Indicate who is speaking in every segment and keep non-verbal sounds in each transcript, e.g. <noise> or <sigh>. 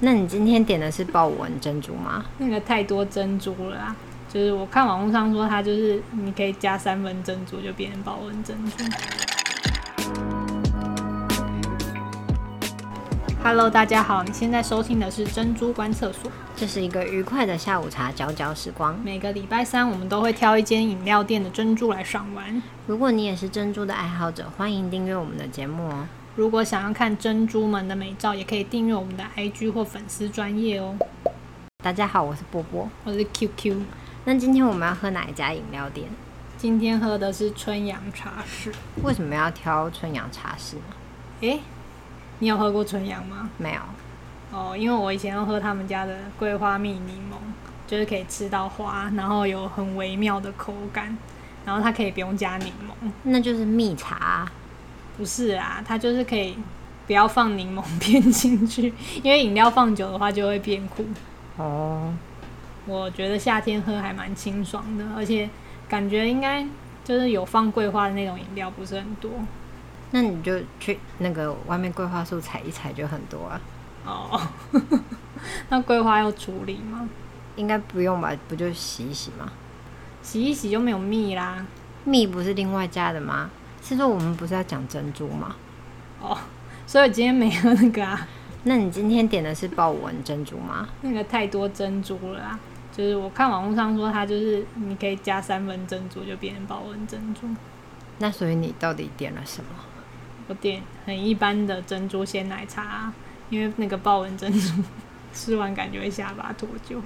Speaker 1: 那你今天点的是豹纹珍珠吗？
Speaker 2: 那个太多珍珠了啊！就是我看网络上说，它就是你可以加三分珍珠就变成保温珍珠。Hello，大家好，你现在收听的是珍珠观测所。
Speaker 1: 这是一个愉快的下午茶，嚼嚼时光。
Speaker 2: 每个礼拜三，我们都会挑一间饮料店的珍珠来赏玩。
Speaker 1: 如果你也是珍珠的爱好者，欢迎订阅我们的节目哦。
Speaker 2: 如果想要看珍珠们的美照，也可以订阅我们的 IG 或粉丝专业哦。
Speaker 1: 大家好，我是波波。
Speaker 2: 我是 QQ，
Speaker 1: 那今天我们要喝哪一家饮料店？
Speaker 2: 今天喝的是春阳茶室。
Speaker 1: 为什么要挑春阳茶室呢？
Speaker 2: 诶，你有喝过春阳吗？
Speaker 1: 没有，
Speaker 2: 哦，因为我以前要喝他们家的桂花蜜柠檬，就是可以吃到花，然后有很微妙的口感，然后它可以不用加柠檬。
Speaker 1: 那就是蜜茶啊、
Speaker 2: 不是啊，它就是可以不要放柠檬片进去， <laughs> 因为饮料放久的话就会变苦。
Speaker 1: 哦，
Speaker 2: 我觉得夏天喝还蛮清爽的，而且感觉应该就是有放桂花的那种饮料不是很多
Speaker 1: 那你就去那个外面桂花树采一采就很多啊。
Speaker 2: 哦。 <laughs> 那桂花要处理吗？
Speaker 1: 应该不用吧？不就洗一洗吗？
Speaker 2: 洗一洗就没有蜜啦。
Speaker 1: 蜜不是另外加的吗？是说我们不是要讲珍珠吗？
Speaker 2: 哦，所以今天没喝那个啊。
Speaker 1: 那你今天点的是豹纹珍珠吗？
Speaker 2: 那个太多珍珠了啊！就是我看网络上说，它就是你可以加三分珍珠就变成保温珍珠。
Speaker 1: 那所以你到底点了什么？
Speaker 2: 我点很一般的珍珠鲜奶茶啊、因为那个豹纹珍珠 <laughs> 吃完感觉会下巴脱臼。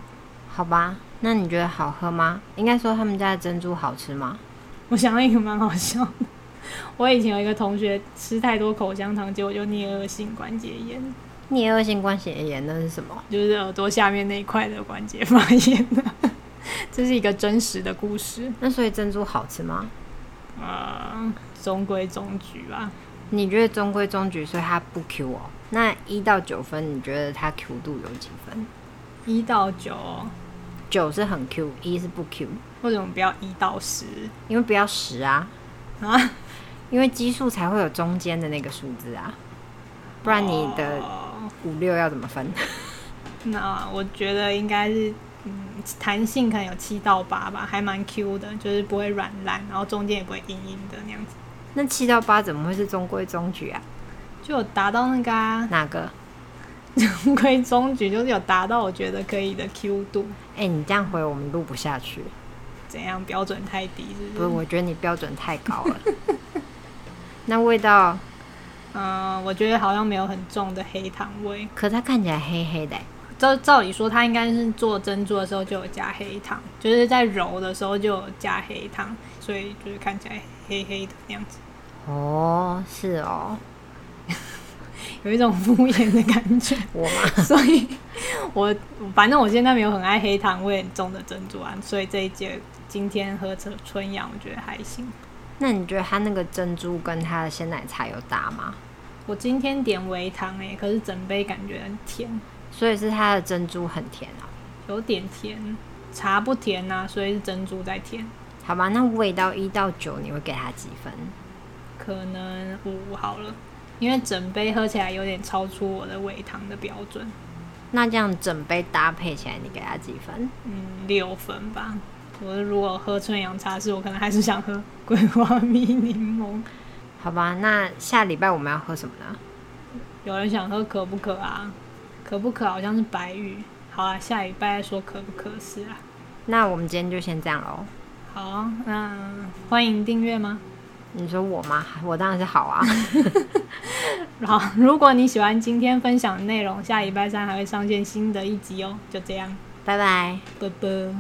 Speaker 1: 好吧，那你觉得好喝吗？应该说他们家的珍珠好吃吗？
Speaker 2: 我想到一个蛮好笑的，我以前有一个同学吃太多口香糖，结果就颞颌性关节炎，
Speaker 1: 颞颌性关节炎那是什么？
Speaker 2: 就是耳朵下面那一块的关节发炎了。 <laughs> 这是一个真实的故事，
Speaker 1: 那所以珍珠好吃吗？
Speaker 2: 呃，中规中矩吧。
Speaker 1: 你觉得中规中矩，所以它不 Q 哦。那一到九分，你觉得它 Q 度有几分？
Speaker 2: 一到九、
Speaker 1: 九是很 Q，一是不 Q，
Speaker 2: 为什么不要一到十
Speaker 1: 因为不要十啊，
Speaker 2: 啊？
Speaker 1: 因为基数才会有中间的那个数字啊， <laughs> 不然你的
Speaker 2: 哦
Speaker 1: 五六要怎么分？
Speaker 2: 那我觉得应该是，嗯，弹性可能有七到八吧，还蛮 Q 的，就是不会软烂，然后中间也不会硬硬的那样子，
Speaker 1: 那七到八怎么会是中规中矩啊？
Speaker 2: 就有达到那个、啊、 <laughs>
Speaker 1: 哪个？
Speaker 2: 中规中矩，就是有达到我觉得可以的 Q 度。
Speaker 1: 哎、你这样回我们录不下去。
Speaker 2: 怎样标准太低
Speaker 1: 不
Speaker 2: 是
Speaker 1: 是，
Speaker 2: 不是？
Speaker 1: 我觉得你标准太高了。 <laughs> 那味道，
Speaker 2: 嗯、我觉得好像没有很重的黑糖味。
Speaker 1: 可它看起来黑黑的欸、
Speaker 2: 照照理说，它应该是做珍珠的时候就有加黑糖，就是在揉的时候就有加黑糖，所以就是看起来黑黑的那样子，
Speaker 1: 哦，是哦，
Speaker 2: 有一种敷衍的感觉。 <laughs>
Speaker 1: 我吗？
Speaker 2: 所以我反正我现在没有很爱黑糖味很重的珍珠啊，所以这一节今天喝成春阳，我觉得还行。
Speaker 1: <laughs> 那你觉得它那个珍珠跟它的鲜奶茶有搭吗？
Speaker 2: 我今天点微糖诶、可是整杯感觉很甜，
Speaker 1: 所以是它的珍珠很甜哦。
Speaker 2: 有点甜，茶不甜呐、所以是珍珠在甜，
Speaker 1: 好吧，那味道一到九，你会给它几分？
Speaker 2: 可能五好了。因为整杯喝起来有点超出我的微糖的标准，
Speaker 1: 那这样整杯搭配起来，你给它几分？
Speaker 2: 嗯，六分吧。我如果喝春阳茶是我可能还是想喝 <laughs> 桂花蜜柠檬。
Speaker 1: 好吧，那下礼拜我们要喝什么呢？
Speaker 2: 有人想喝可不可啊？可不可好像是白玉。好啊，下礼拜再说可不可是啊。
Speaker 1: 那我们今天就先这样喽。
Speaker 2: 好啊，那欢迎订阅吗？
Speaker 1: 你说我吗？我当然是好啊。 <laughs>
Speaker 2: 好，如果你喜欢今天分享的内容，下礼拜三还会上线新的一集哦。就这样，
Speaker 1: 拜拜。
Speaker 2: 啵啵。